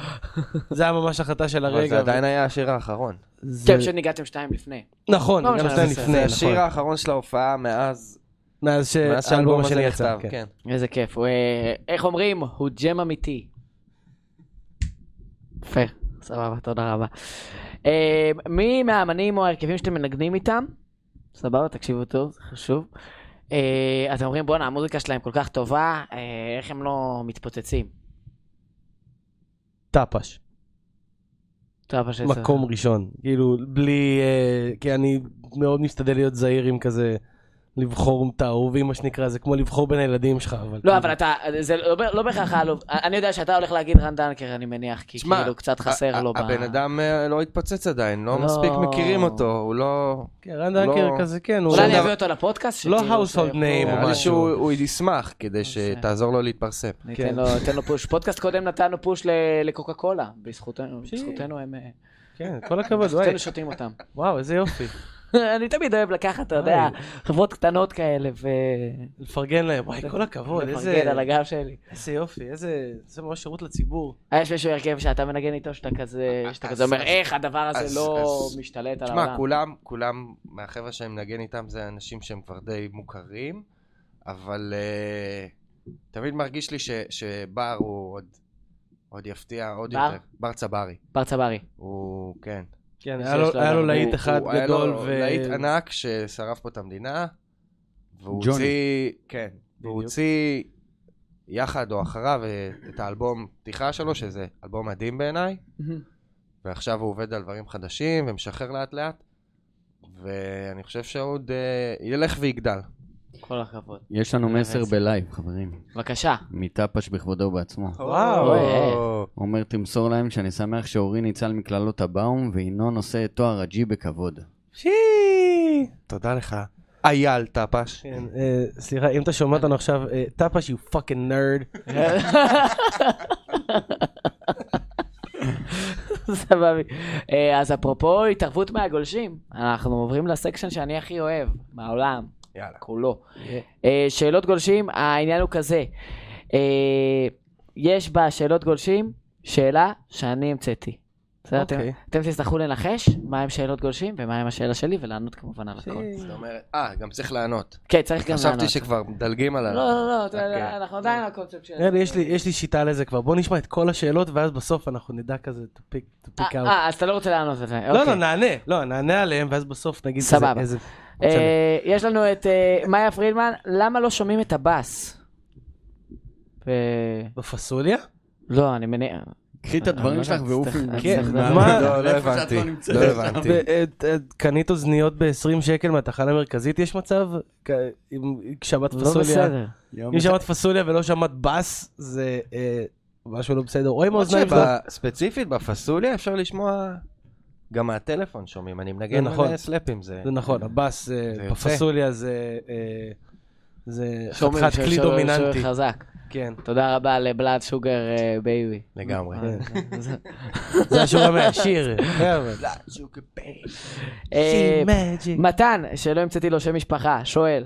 Speaker 2: זה היה ממש החלטה של
Speaker 3: אבל
Speaker 2: הרגע.
Speaker 3: זה
Speaker 2: ו-
Speaker 3: עדיין היה השיר האחרון.
Speaker 2: זה-
Speaker 1: כן, פשוט ניגעתם שתיים לפני.
Speaker 2: נכון,
Speaker 1: לא
Speaker 2: גם
Speaker 1: משנה,
Speaker 2: שניים
Speaker 1: בסדר.
Speaker 2: לפני,
Speaker 3: זה
Speaker 2: נכון.
Speaker 3: השיר האחרון של ההופעה מאז
Speaker 2: מאז
Speaker 3: מאז שהאלבום
Speaker 2: שהאלבום
Speaker 3: הזה
Speaker 2: השני
Speaker 3: נכתב.
Speaker 2: יצא.
Speaker 3: כן.
Speaker 1: איזה כיף. הוא, אה, איך אומרים? הוא ג'ם אמיתי. יפה, סבבה, תודה רבה. אה, מי מהאמנים או ההרכבים שאתם מנגנים איתם? סבבה, תקשיבו טוב, זה חשוב. אה, אתם אומרים, בואנה, המוזיקה שלהם כל כך טובה, אה, איך הם לא מתפוצצים?
Speaker 3: כן.
Speaker 2: טאפש,
Speaker 1: טוב, שזה-
Speaker 2: מקום ראשון. כאילו, בלי... אה, כי אני מאוד משתדל להיות זהיר עם כזה... לבחור את האהובים, מה שנקרא, זה כמו לבחור בין הילדים שלך, אבל... כאילו.
Speaker 1: לא, אבל אתה, זה לא לא בהכרח העלוב. אני יודע שאתה הולך להגיד רן דנקר, אני מניח, כי
Speaker 3: תשמע,
Speaker 1: כאילו קצת חסר
Speaker 3: ה-
Speaker 1: לו
Speaker 3: ה- הבן אדם אה, לא התפוצץ עדיין, לא
Speaker 1: לא.
Speaker 3: מספיק מכירים אותו, הוא לא...
Speaker 2: כן, רן
Speaker 3: לא-
Speaker 2: דנקר כזה, כן, הוא...
Speaker 1: אולי אני
Speaker 3: שום
Speaker 1: אביא אותו לפודקאסט? אה,
Speaker 2: לא
Speaker 1: שתראו
Speaker 2: household
Speaker 1: שיוכלו-
Speaker 2: name או
Speaker 3: נראה לי
Speaker 2: משהו.
Speaker 3: שהוא הוא ישמח כדי שתעזור לו להתפרסם.
Speaker 1: ניתן
Speaker 2: כן.
Speaker 1: לו, ניתן לו פוש. פודקאסט קודם נתנו פוש ל- לקוקה קולה, בזכותנו,
Speaker 2: שי.
Speaker 1: בזכותנו הם, אה,
Speaker 2: כן, כל הכבוד, וואי,
Speaker 1: בזכותנו שותים אותם.
Speaker 2: וואו, איזה יופי.
Speaker 1: אני תמיד אוהב לקחת, אתה יודע,
Speaker 2: וואי.
Speaker 1: חברות קטנות כאלה, ו...
Speaker 2: לפרגן להם, וואי, כל הכבוד, איזה...
Speaker 1: לפרגן על הגב שלי.
Speaker 2: איזה יופי, איזה... זה ממש שירות לציבור.
Speaker 1: אה, יש מישהו הרכב שאתה מנגן איתו, שאתה כזה, שאתה
Speaker 3: אה, אז-
Speaker 1: כזה אומר,
Speaker 3: אז-
Speaker 1: איך הדבר הזה
Speaker 3: אז-
Speaker 1: לא
Speaker 3: אז-
Speaker 1: משתלט על
Speaker 3: תשמע,
Speaker 1: העולם?
Speaker 3: כולם, כולם מהחבר'ה שאני מנגן איתם זה אנשים שהם כבר די מוכרים, אבל uh, תמיד מרגיש לי ש, שבר הוא עוד, עוד יפתיע עוד
Speaker 1: בר?
Speaker 3: יותר. בר צברי.
Speaker 1: בר צברי.
Speaker 3: הוא, כן.
Speaker 2: כן,
Speaker 1: שיש
Speaker 2: היה לו-
Speaker 1: לו
Speaker 2: היה לו
Speaker 1: גם-
Speaker 2: להיט
Speaker 3: הוא-
Speaker 2: אחד
Speaker 3: הוא-
Speaker 2: גדול,
Speaker 3: היה לו
Speaker 2: ו...
Speaker 3: להיט ענק ששרף פה את המדינה, והוא
Speaker 4: ג'וני.
Speaker 3: הוציא, כן, והוא
Speaker 2: בדיוק.
Speaker 3: הוציא יחד או אחריו אה, את האלבום פתיחה שלו, שזה אלבום מדהים בעיניי. ועכשיו הוא עובד על דברים חדשים ומשחרר לאט לאט, ואני חושב שעוד אה, ילך ויגדל.
Speaker 1: כל הכבוד.
Speaker 4: יש לנו
Speaker 2: אה,
Speaker 4: מסר בלייב, חברים.
Speaker 1: בבקשה.
Speaker 4: מטפש בכבודו ובעצמו.
Speaker 2: וואו.
Speaker 1: אה.
Speaker 4: אומר, תמסור להם שאני שמח שאורי ניצל מקללות הבאום, וינון עושה את תואר הג'י בכבוד.
Speaker 2: שי!
Speaker 3: תודה לך. אייל טפש.
Speaker 2: כן, אה, סליחה, אם אתה שומע אותנו עכשיו, אה, טאפש, you fucking nerd.
Speaker 1: סבבי. אה, אז אפרופו התערבות מהגולשים, אנחנו עוברים לסקשן שאני הכי אוהב, מהעולם,
Speaker 3: יאללה.
Speaker 1: כולו. אה, שאלות גולשים, העניין הוא כזה. אה, יש בשאלות גולשים שאלה שאני המצאתי. בסדר? אתם-
Speaker 2: אוקיי.
Speaker 1: אתם תצטרכו לנחש מהם שאלות גולשים ומהם השאלה שלי ולענות כמובן על הכל.
Speaker 3: זאת אומרת, אה, גם צריך לענות.
Speaker 1: כן, צריך גם לענות.
Speaker 3: חשבתי שכבר מדלגים על
Speaker 1: לא,
Speaker 3: ה...
Speaker 1: לא, לא, אתה
Speaker 3: אוקיי.
Speaker 1: יודע, אנחנו עדיין על הקונספט של...
Speaker 2: נראה לי, כן, יש לי- יש לי שיטה לזה כבר. בוא נשמע את כל השאלות, ואז בסוף אנחנו נדע כזה to pick- to pick
Speaker 1: אה,
Speaker 2: out.
Speaker 1: אה, אז אתה לא רוצה לענות על זה.
Speaker 2: לא,
Speaker 1: אוקיי.
Speaker 2: לא, נענה. לא, נענה עליהם, ואז בסוף נגיד כזה,
Speaker 1: סבבה.
Speaker 2: איזה...
Speaker 1: אה, יש לנו את אה, מאיה פרידמן, למה לא שומעים את הבאס? ו-
Speaker 2: בפסוליה?
Speaker 1: לא, אני מניח...
Speaker 4: קחי
Speaker 2: אה,
Speaker 4: את הדברים
Speaker 1: אני
Speaker 4: שלך
Speaker 1: לא
Speaker 4: ועופי.
Speaker 1: אצטרך- אני
Speaker 2: כן,
Speaker 1: אצטרך-
Speaker 2: מה?
Speaker 3: לא, לא
Speaker 4: איפה שאת
Speaker 3: הבנתי.
Speaker 4: לא נמצאת.
Speaker 3: לא הבנתי.
Speaker 2: ו- את- את- אה, קנית אוזניות ב-20 שקל מהתחנה המרכזית, יש מצב? כ- אם- כשבת
Speaker 1: לא
Speaker 2: פסוליה?
Speaker 1: בסדר.
Speaker 2: אם שמעת פסוליה ולא שמעת בס, זה אה, משהו לא בסדר. או עם
Speaker 3: למרות
Speaker 2: האוזניים שלך.
Speaker 3: שב- ספציפית בפסוליה אפשר לשמוע גם מהטלפון שומעים, אני מנגן
Speaker 2: נכון.
Speaker 3: מלא סלאפים, זה...
Speaker 2: זה נכון, הבאס אה,
Speaker 3: זה יוצא.
Speaker 2: בפסוליה זה... אה, זה
Speaker 1: שומעים
Speaker 2: חתיכת
Speaker 1: ש-
Speaker 2: כלי
Speaker 1: ש-
Speaker 2: דומיננטי.
Speaker 1: ש- חזק.
Speaker 2: כן,
Speaker 1: תודה רבה לבלאד שוגר אה, בייבי.
Speaker 3: לגמרי.
Speaker 2: זה השורה מהשיר.
Speaker 1: אה, מתן, שלא המצאתי לו שם משפחה, שואל.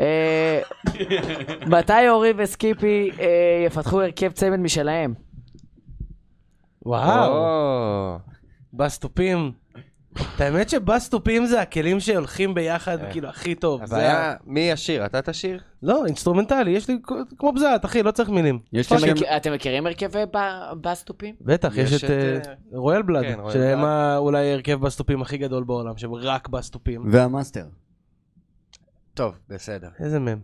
Speaker 1: אה, מתי אורי וסקיפי אה, יפתחו הרכב צמד משלהם?
Speaker 2: וואו,
Speaker 3: אה. או,
Speaker 2: בסטופים. את האמת שבסטופים זה הכלים שהולכים ביחד,
Speaker 3: אה.
Speaker 2: כאילו, הכי טוב.
Speaker 3: אז
Speaker 2: זה ה-
Speaker 3: היה... מי ישיר? אתה תשיר?
Speaker 2: לא, אינסטרומנטלי, יש לי כ- כמו בזעת, אחי, לא צריך מילים.
Speaker 4: יש לי
Speaker 1: אתם
Speaker 4: שם...
Speaker 1: מכיר- אתם מכירים אה, הרכבי ב- בסטופים?
Speaker 2: בטח, יש
Speaker 3: יש
Speaker 2: את
Speaker 3: את,
Speaker 2: אה, רויאל בלאד,
Speaker 3: כן, רויאל
Speaker 2: שהם
Speaker 3: בלאד.
Speaker 2: ה- אולי הרכב בסטופים הכי גדול בעולם, שהם רק בסטופים.
Speaker 4: והמאסטר.
Speaker 3: טוב, בסדר.
Speaker 2: איזה מם.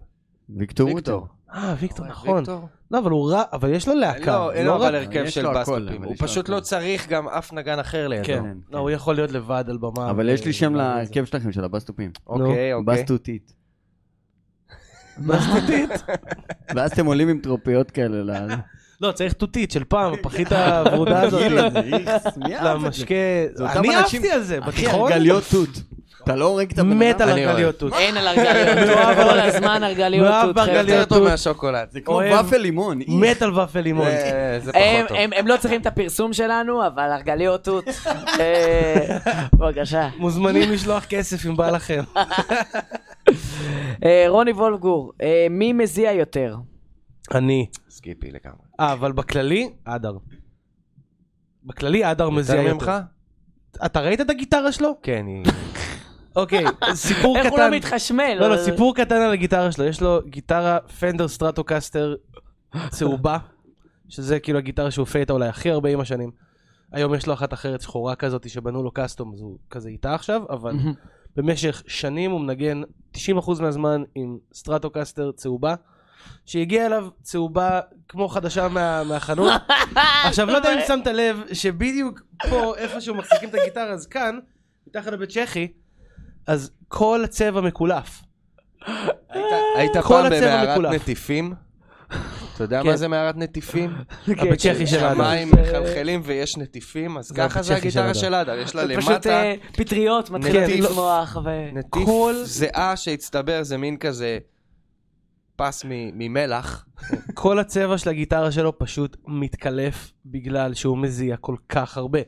Speaker 4: ויקטור
Speaker 3: ויקטור.
Speaker 4: ויקטור.
Speaker 2: אה, ויקטור,
Speaker 3: אוי,
Speaker 2: נכון.
Speaker 3: ויקטור.
Speaker 2: לא, אבל הוא רע, אבל יש לו להקה.
Speaker 3: לא, אין לו
Speaker 2: רק-
Speaker 3: אבל הרכב
Speaker 4: יש
Speaker 3: של
Speaker 4: לו הכל,
Speaker 3: בסטופים.
Speaker 4: אבל
Speaker 3: הוא
Speaker 4: יש לו
Speaker 3: פשוט
Speaker 4: הכל.
Speaker 3: לא צריך גם אף נגן אחר לידו.
Speaker 2: כן,
Speaker 4: כן,
Speaker 2: לא, הוא יכול להיות לבד על במה.
Speaker 4: אבל יש לי שם
Speaker 2: אה,
Speaker 4: להרכב שלכם, של הבסטופים.
Speaker 3: אוקיי, אוקיי.
Speaker 4: בסטוטית.
Speaker 2: בסטוטית.
Speaker 4: ואז אתם עולים עם טרופיות כאלה ל...
Speaker 2: לא, צריך תותית של פעם, פחית הוורודה הזאת.
Speaker 4: לא
Speaker 2: למשקה.
Speaker 4: זה אותם
Speaker 2: אני
Speaker 4: אנשים-
Speaker 2: אהבתי על זה,
Speaker 4: אחי,
Speaker 2: בתיכון.
Speaker 4: הרגליות תות. אתה לא הורג את הבן אדם?
Speaker 2: מת על
Speaker 3: אני אוהב.
Speaker 2: הרגליות תות.
Speaker 1: אין על הרגליות,
Speaker 2: מאוהב
Speaker 1: כל
Speaker 2: בהרגליות.
Speaker 1: הזמן לא, הרגליות.
Speaker 2: מאוהב
Speaker 1: תות,
Speaker 2: בהרגליות.
Speaker 1: חבר'ה.
Speaker 3: יותר טוב
Speaker 2: טוב.
Speaker 3: מהשוקולד.
Speaker 4: זה כמו
Speaker 2: אוהב.
Speaker 4: ופל לימון. איך.
Speaker 2: מת על ופל לימון.
Speaker 3: אה, זה
Speaker 1: הם-
Speaker 3: פחות טוב.
Speaker 1: הם- הם לא צריכים את הפרסום שלנו, אבל הרגליות תות. אה, בבקשה.
Speaker 2: מוזמנים לשלוח כסף אם בא לכם.
Speaker 1: אה, רוני וולגור, אה, מי מזיע יותר?
Speaker 2: אני.
Speaker 3: סקיפי לגמרי.
Speaker 2: אה, אבל בכללי, אדר. בכללי אדר לא מזיע
Speaker 3: יותר
Speaker 2: יותר.
Speaker 3: ממך?
Speaker 2: אתה ראית את הגיטרה שלו?
Speaker 3: כן, היא...
Speaker 2: אוקיי, סיפור קטן.
Speaker 1: איך הוא לא מתחשמל?
Speaker 2: לא, לא, סיפור קטן על הגיטרה שלו. יש לו גיטרה פנדר סטרטוקסטר צהובה, שזה כאילו הגיטרה שהוא עושה איתה אולי הכי הרבה עם השנים. היום יש לו אחת אחרת שחורה כזאת שבנו לו קאסטום, אז הוא כזה איתה עכשיו, אבל
Speaker 1: מהמם.
Speaker 2: במשך שנים הוא מנגן 90% מהזמן עם סטרטוקסטר צהובה. שהגיעה אליו צהובה כמו חדשה מה, מהחנות. עכשיו, לא יודע אם שמת לב שבדיוק פה, איפשהו מחזיקים את הגיטרה, אז כאן, מתחת לבית צ'כי, אז כל הצבע מקולף.
Speaker 3: היית
Speaker 2: אה, כל
Speaker 3: פעם
Speaker 2: הצבע
Speaker 3: במערת
Speaker 2: מקולף.
Speaker 3: נטיפים? אתה יודע
Speaker 2: כן.
Speaker 3: מה זה מערת נטיפים?
Speaker 1: כן,
Speaker 2: הבית צ'כי של האדם.
Speaker 3: המים מחלחלים ויש נטיפים, אז
Speaker 2: זה
Speaker 3: ככה זה
Speaker 2: הבית צ'כי של
Speaker 3: הגיטרה
Speaker 2: אדם.
Speaker 3: של אדר, יש לה
Speaker 1: זה פשוט
Speaker 3: למטה
Speaker 1: אה, פטריות מתחילות
Speaker 2: נטיף.
Speaker 1: לצמוח. ו-
Speaker 3: נטיף
Speaker 2: כל-
Speaker 3: זיעה שהצטבר, זה מין כזה פס מ- ממלח.
Speaker 2: כל הצבע של הגיטרה שלו פשוט מתקלף בגלל שהוא מזיע כל כך הרבה.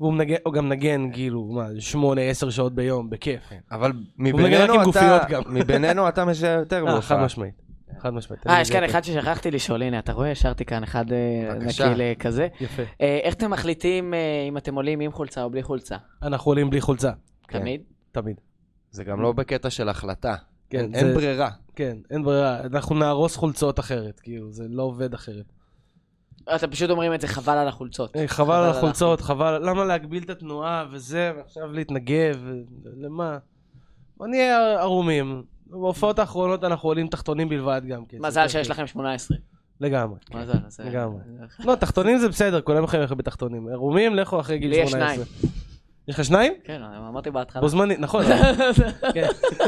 Speaker 2: והוא מנגן, הוא גם נגן כאילו, מה, שמונה, עשר שעות ביום, בכיף.
Speaker 3: אבל
Speaker 2: מנגן רק עם
Speaker 3: מבינינו
Speaker 2: גופיות
Speaker 3: אתה,
Speaker 2: גם.
Speaker 3: מבינינו אתה מזהה יותר
Speaker 2: אה, חד
Speaker 3: בהופעה.
Speaker 2: משמעית. חד משמעית.
Speaker 1: אה, יש כאן אחד ששכחתי לשאול, הנה, אתה רואה? השארתי כאן אחד אה,
Speaker 3: בבקשה.
Speaker 1: נקי לכזה.
Speaker 2: יפה.
Speaker 1: אה, איך אתם מחליטים אה, אם אתם עולים עם חולצה או בלי חולצה?
Speaker 2: אנחנו עולים בלי חולצה,
Speaker 3: כן.
Speaker 1: תמיד?
Speaker 2: תמיד.
Speaker 3: זה גם לא בקטע של החלטה,
Speaker 2: כן,
Speaker 3: אין
Speaker 2: זה-
Speaker 3: ברירה.
Speaker 2: כן, אין ברירה. אנחנו נהרוס חולצות אחרת, כאילו, זה לא עובד אחרת.
Speaker 1: אתם פשוט אומרים את זה חבל על החולצות.
Speaker 2: אה, חבל על החולצות, חבל, למה להגביל את התנועה וזה, ועכשיו להתנגב, ו- למה? בוא נהיה ערומים. בהופעות האחרונות אנחנו עולים תחתונים בלבד גם כן.
Speaker 1: מזל שיש לכם 18.
Speaker 2: לגמרי.
Speaker 1: מזל, אה, זה...
Speaker 2: לגמרי. לא, תחתונים זה בסדר, כולם יכולים ללכת בתחתונים. עירומים, לכו אחרי
Speaker 1: לי
Speaker 2: גיל
Speaker 1: יש
Speaker 2: 18. יש לך שניים?
Speaker 1: כן, אמרתי בהתחלה.
Speaker 2: בו זמנית, נכון. כן.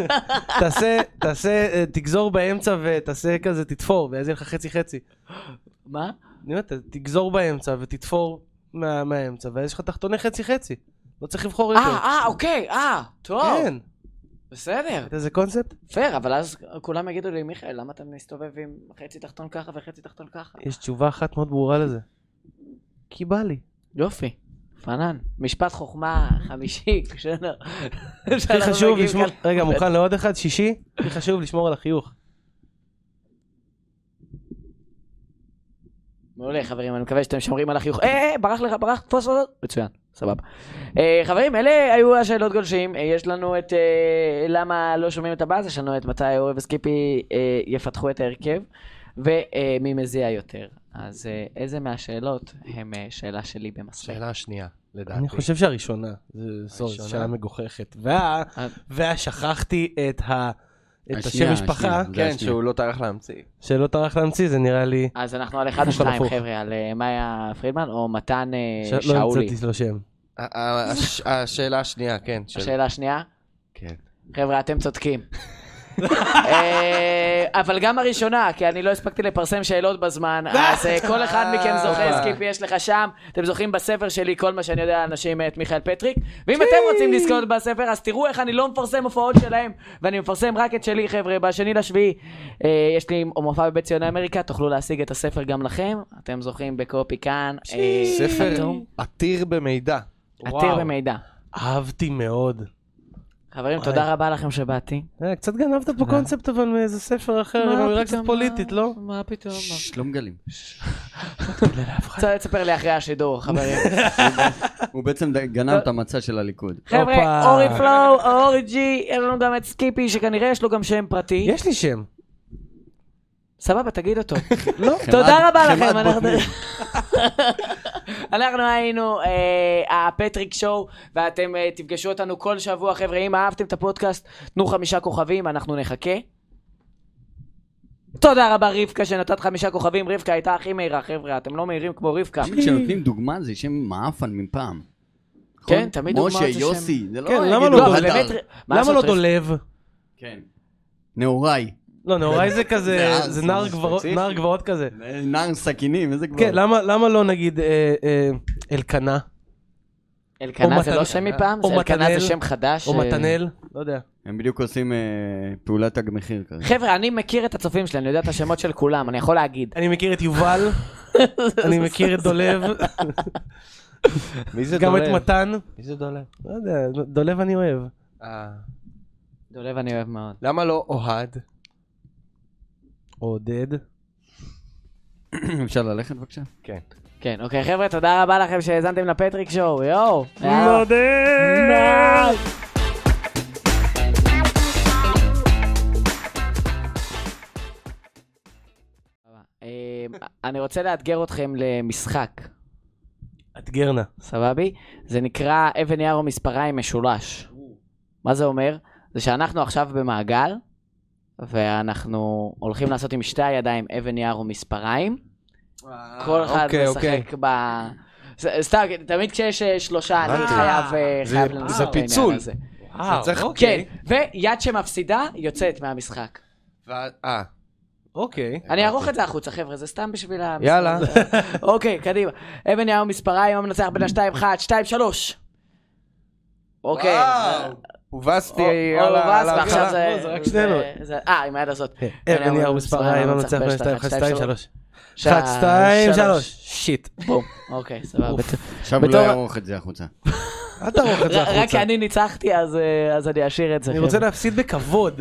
Speaker 2: תעשה, תעשה, אה, תגזור באמצע ותעשה כזה, תתפור, ואז יהיה לך חצי חצי.
Speaker 1: מה?
Speaker 2: אני אומר, ת- תגזור באמצע ותתפור מה- מהאמצע, ואז יש לך תחתוני חצי חצי. לא צריך לבחור
Speaker 1: אה,
Speaker 2: יותר.
Speaker 1: אה, אוקיי, אה, טוב.
Speaker 2: כן.
Speaker 1: בסדר,
Speaker 2: איזה קונספט?
Speaker 1: פייר, אבל אז כולם יגידו לי, מיכאל, למה אתה מסתובב עם חצי תחתון ככה וחצי תחתון ככה?
Speaker 2: יש תשובה אחת מאוד ברורה לזה. כי בא לי.
Speaker 1: יופי, פנן. משפט חוכמה חמישי, שלא.
Speaker 2: הכי
Speaker 1: לא
Speaker 2: חשוב לשמור... רגע, מוכן לעוד אחד? שישי? הכי חשוב לשמור על החיוך.
Speaker 1: מעולה, חברים, אני מקווה שאתם שומרים על החיוך. אה, אה, ברח לך, ברח, תפוס עוד. מצוין, סבבה. אה, חברים, אלה היו השאלות גולשים. אה, יש לנו את אה, למה לא שומעים את הבאז, יש לנו את מתי אורי וסקיפי אה, יפתחו את ההרכב, ומי מזיע יותר. אז אה, איזה מהשאלות הם אה, שאלה שלי במסלול.
Speaker 3: שאלה שנייה, לדעתי.
Speaker 2: אני חושב שהראשונה. זה- סורי, זו
Speaker 3: הראשונה?
Speaker 2: שאלה מגוחכת. וה...
Speaker 1: אה.
Speaker 2: והשכחתי את ה... את השם
Speaker 4: השנייה,
Speaker 2: משפחה,
Speaker 4: השנייה. זה
Speaker 3: כן,
Speaker 4: השנייה.
Speaker 3: שהוא לא טרח להמציא.
Speaker 2: שלא טרח להמציא, זה נראה לי...
Speaker 1: אז אנחנו על אחד או
Speaker 2: יש לנו
Speaker 1: שתיים,
Speaker 2: הפוך.
Speaker 1: חבר'ה, על אה, מאיה פרידמן או מתן אה,
Speaker 2: ש- לא
Speaker 1: שאולי.
Speaker 2: המצאתי לו שם.
Speaker 3: ה- ה- הש- השאלה השנייה, כן. של-
Speaker 1: השאלה השנייה,
Speaker 3: כן.
Speaker 1: חבר'ה, אתם צודקים. אה, אבל גם הראשונה, כי אני לא הספקתי לפרסם שאלות בזמן, אז אה, כל אחד מכם זוכה סקיפי יש לך שם. אתם זוכרים בספר שלי כל מה שאני יודע על אנשים מאת מיכאל פטריק. ואם אתם רוצים לזכות בספר, אז תראו איך אני לא מפרסם הופעות שלהם, ואני מפרסם רק את שלי, חבר'ה. בשני לשביעי אה, יש לי מופע בבית ציוני אמריקה, תוכלו להשיג את הספר גם לכם. אתם זוכים בקופי כאן. אה,
Speaker 3: ספר
Speaker 1: חתום.
Speaker 3: עתיר במידע.
Speaker 1: עתיר
Speaker 2: וואו.
Speaker 1: במידע.
Speaker 2: אהבתי מאוד.
Speaker 1: חברים,
Speaker 2: וואי.
Speaker 1: תודה רבה לכם שבאתי.
Speaker 2: אה, קצת גנבת פה קונספט אבל מאיזה ספר אחר, עם אמירה קצת פוליטית, אה, לא?
Speaker 1: מה פתאום?
Speaker 4: ששש, לא מגלים.
Speaker 1: צריך לספר לי אחרי השידור, חברים.
Speaker 4: הוא בעצם ד- גנב את המצע של הליכוד.
Speaker 1: חבר'ה,
Speaker 2: הופה.
Speaker 1: אורי פלואו, או אורי ג'י, אין לנו גם את סקיפי, שכנראה יש לו גם שם פרטי.
Speaker 2: יש לי שם.
Speaker 1: סבבה, תגיד אותו.
Speaker 2: לא.
Speaker 1: תודה
Speaker 4: חמאת-
Speaker 1: רבה
Speaker 4: חמאת
Speaker 1: לכם, אנחנו-
Speaker 4: בוטנים.
Speaker 1: אנחנו היינו אה, הפטריק שואו, ואתם אה, תפגשו אותנו כל שבוע, חבר'ה. אם אהבתם את הפודקאסט, תנו חמישה כוכבים, אנחנו נחכה. תודה רבה, רבקה, שנתת חמישה כוכבים. רבקה הייתה הכי מהירה, חבר'ה. אתם לא מהירים כמו רבקה.
Speaker 4: תמיד כשנותנים דוגמה זה שם מעפן מפעם. נכון?
Speaker 1: כן, תמיד דוגמה זה
Speaker 4: משה,
Speaker 1: שם.
Speaker 4: יוסי, זה לא...
Speaker 2: כן, למה
Speaker 4: יגידו
Speaker 2: לא
Speaker 1: לא,
Speaker 4: אביתר.
Speaker 1: אבל באמת... מה
Speaker 2: למה
Speaker 1: לעשות,
Speaker 2: לא
Speaker 1: רבקה?
Speaker 2: דולב?
Speaker 4: כן. נעוריי.
Speaker 2: לא, נאורי זה כזה, זה
Speaker 4: זה-
Speaker 2: לא.
Speaker 4: זה
Speaker 2: נער
Speaker 4: ממש
Speaker 2: גברות-
Speaker 4: ספציפי.
Speaker 2: נער גבעות כזה.
Speaker 4: נער סכינים, איזה כבר...
Speaker 2: כן, למה למה לא נגיד אה, אה, אלקנה?
Speaker 1: אלקנה
Speaker 2: או
Speaker 1: זה
Speaker 2: מתנ-
Speaker 1: לא שם מפעם?
Speaker 2: או
Speaker 1: זה אלקנה
Speaker 2: מתנאל.
Speaker 1: זה שם חדש.
Speaker 2: או
Speaker 1: אה,
Speaker 2: מתנאל? לא יודע.
Speaker 4: הם בדיוק עושים אה, פעולת תג מחיר כזה.
Speaker 1: חבר'ה, אני מכיר את הצופים שלי, אני יודע את השמות של כולם, אני יכול להגיד.
Speaker 2: אני מכיר את יובל, אני מכיר את דולב,
Speaker 3: מי זה
Speaker 2: גם את מתן.
Speaker 3: מי זה דולב?
Speaker 2: לא יודע, דולב אני אוהב.
Speaker 3: אה,
Speaker 1: דולב אני אוהב מאוד.
Speaker 3: למה לא אוהד?
Speaker 2: עודד.
Speaker 4: אפשר ללכת בבקשה?
Speaker 3: כן.
Speaker 1: כן, אוקיי, חבר'ה, תודה רבה לכם שהאזנתם לפטריק שואו, יואו. יאללה.
Speaker 2: עודד!
Speaker 1: אה, אני רוצה לאתגר אתכם למשחק,
Speaker 2: אתגר נא.
Speaker 1: סבבי? זה נקרא אבן יער או מספריים משולש. מה זה אומר? זה שאנחנו עכשיו במעגל, ואנחנו הולכים לעשות עם שתי הידיים אבן יער או מספריים. כל אחד
Speaker 3: אוקיי, אוקיי.
Speaker 1: משחק ב... זה- סתם, תמיד כשיש אה, שלושה, אני
Speaker 3: הבנתי.
Speaker 1: חייב אה,
Speaker 3: זה-
Speaker 1: חייב
Speaker 3: זה
Speaker 1: לנסות את העניין
Speaker 3: פיצול.
Speaker 1: הזה.
Speaker 2: וואו,
Speaker 3: צריך-
Speaker 1: כן,
Speaker 3: אוקיי.
Speaker 1: ויד שמפסידה יוצאת מהמשחק.
Speaker 3: ואז- אה,
Speaker 2: אוקיי.
Speaker 1: אני אערוך את זה החוצה, חבר'ה, זה סתם בשביל ה...
Speaker 3: יאללה.
Speaker 1: אוקיי, קדימה. אבן יאו מספריים, המנצח בין השתיים, אחת, שתיים, שלוש. אוקיי.
Speaker 3: וואו. הובסתי
Speaker 1: או-
Speaker 3: על ה-
Speaker 1: אורבס,
Speaker 3: על ההתחלה.
Speaker 1: ועכשיו זה...
Speaker 2: לא, אה, זה רק
Speaker 1: זה-
Speaker 2: שנינו.
Speaker 1: זה- אה, עם היד הזאת.
Speaker 2: אבן יער מספריים, לא מצליח בין שתיים, אחת, שתיים, שלוש. אחת, שתיים, שלוש. אה, שיט.
Speaker 1: בום. אוקיי, סבבה.
Speaker 4: עכשיו הוא לא
Speaker 1: בתור-
Speaker 4: יערוך את זה החוצה.
Speaker 2: אל תערוך את זה
Speaker 1: רק
Speaker 2: החוצה.
Speaker 1: כי אני ניצחתי, אז אה, אז אני אשאיר את זה.
Speaker 2: אני רוצה
Speaker 1: חבר'ה.
Speaker 2: להפסיד בכבוד.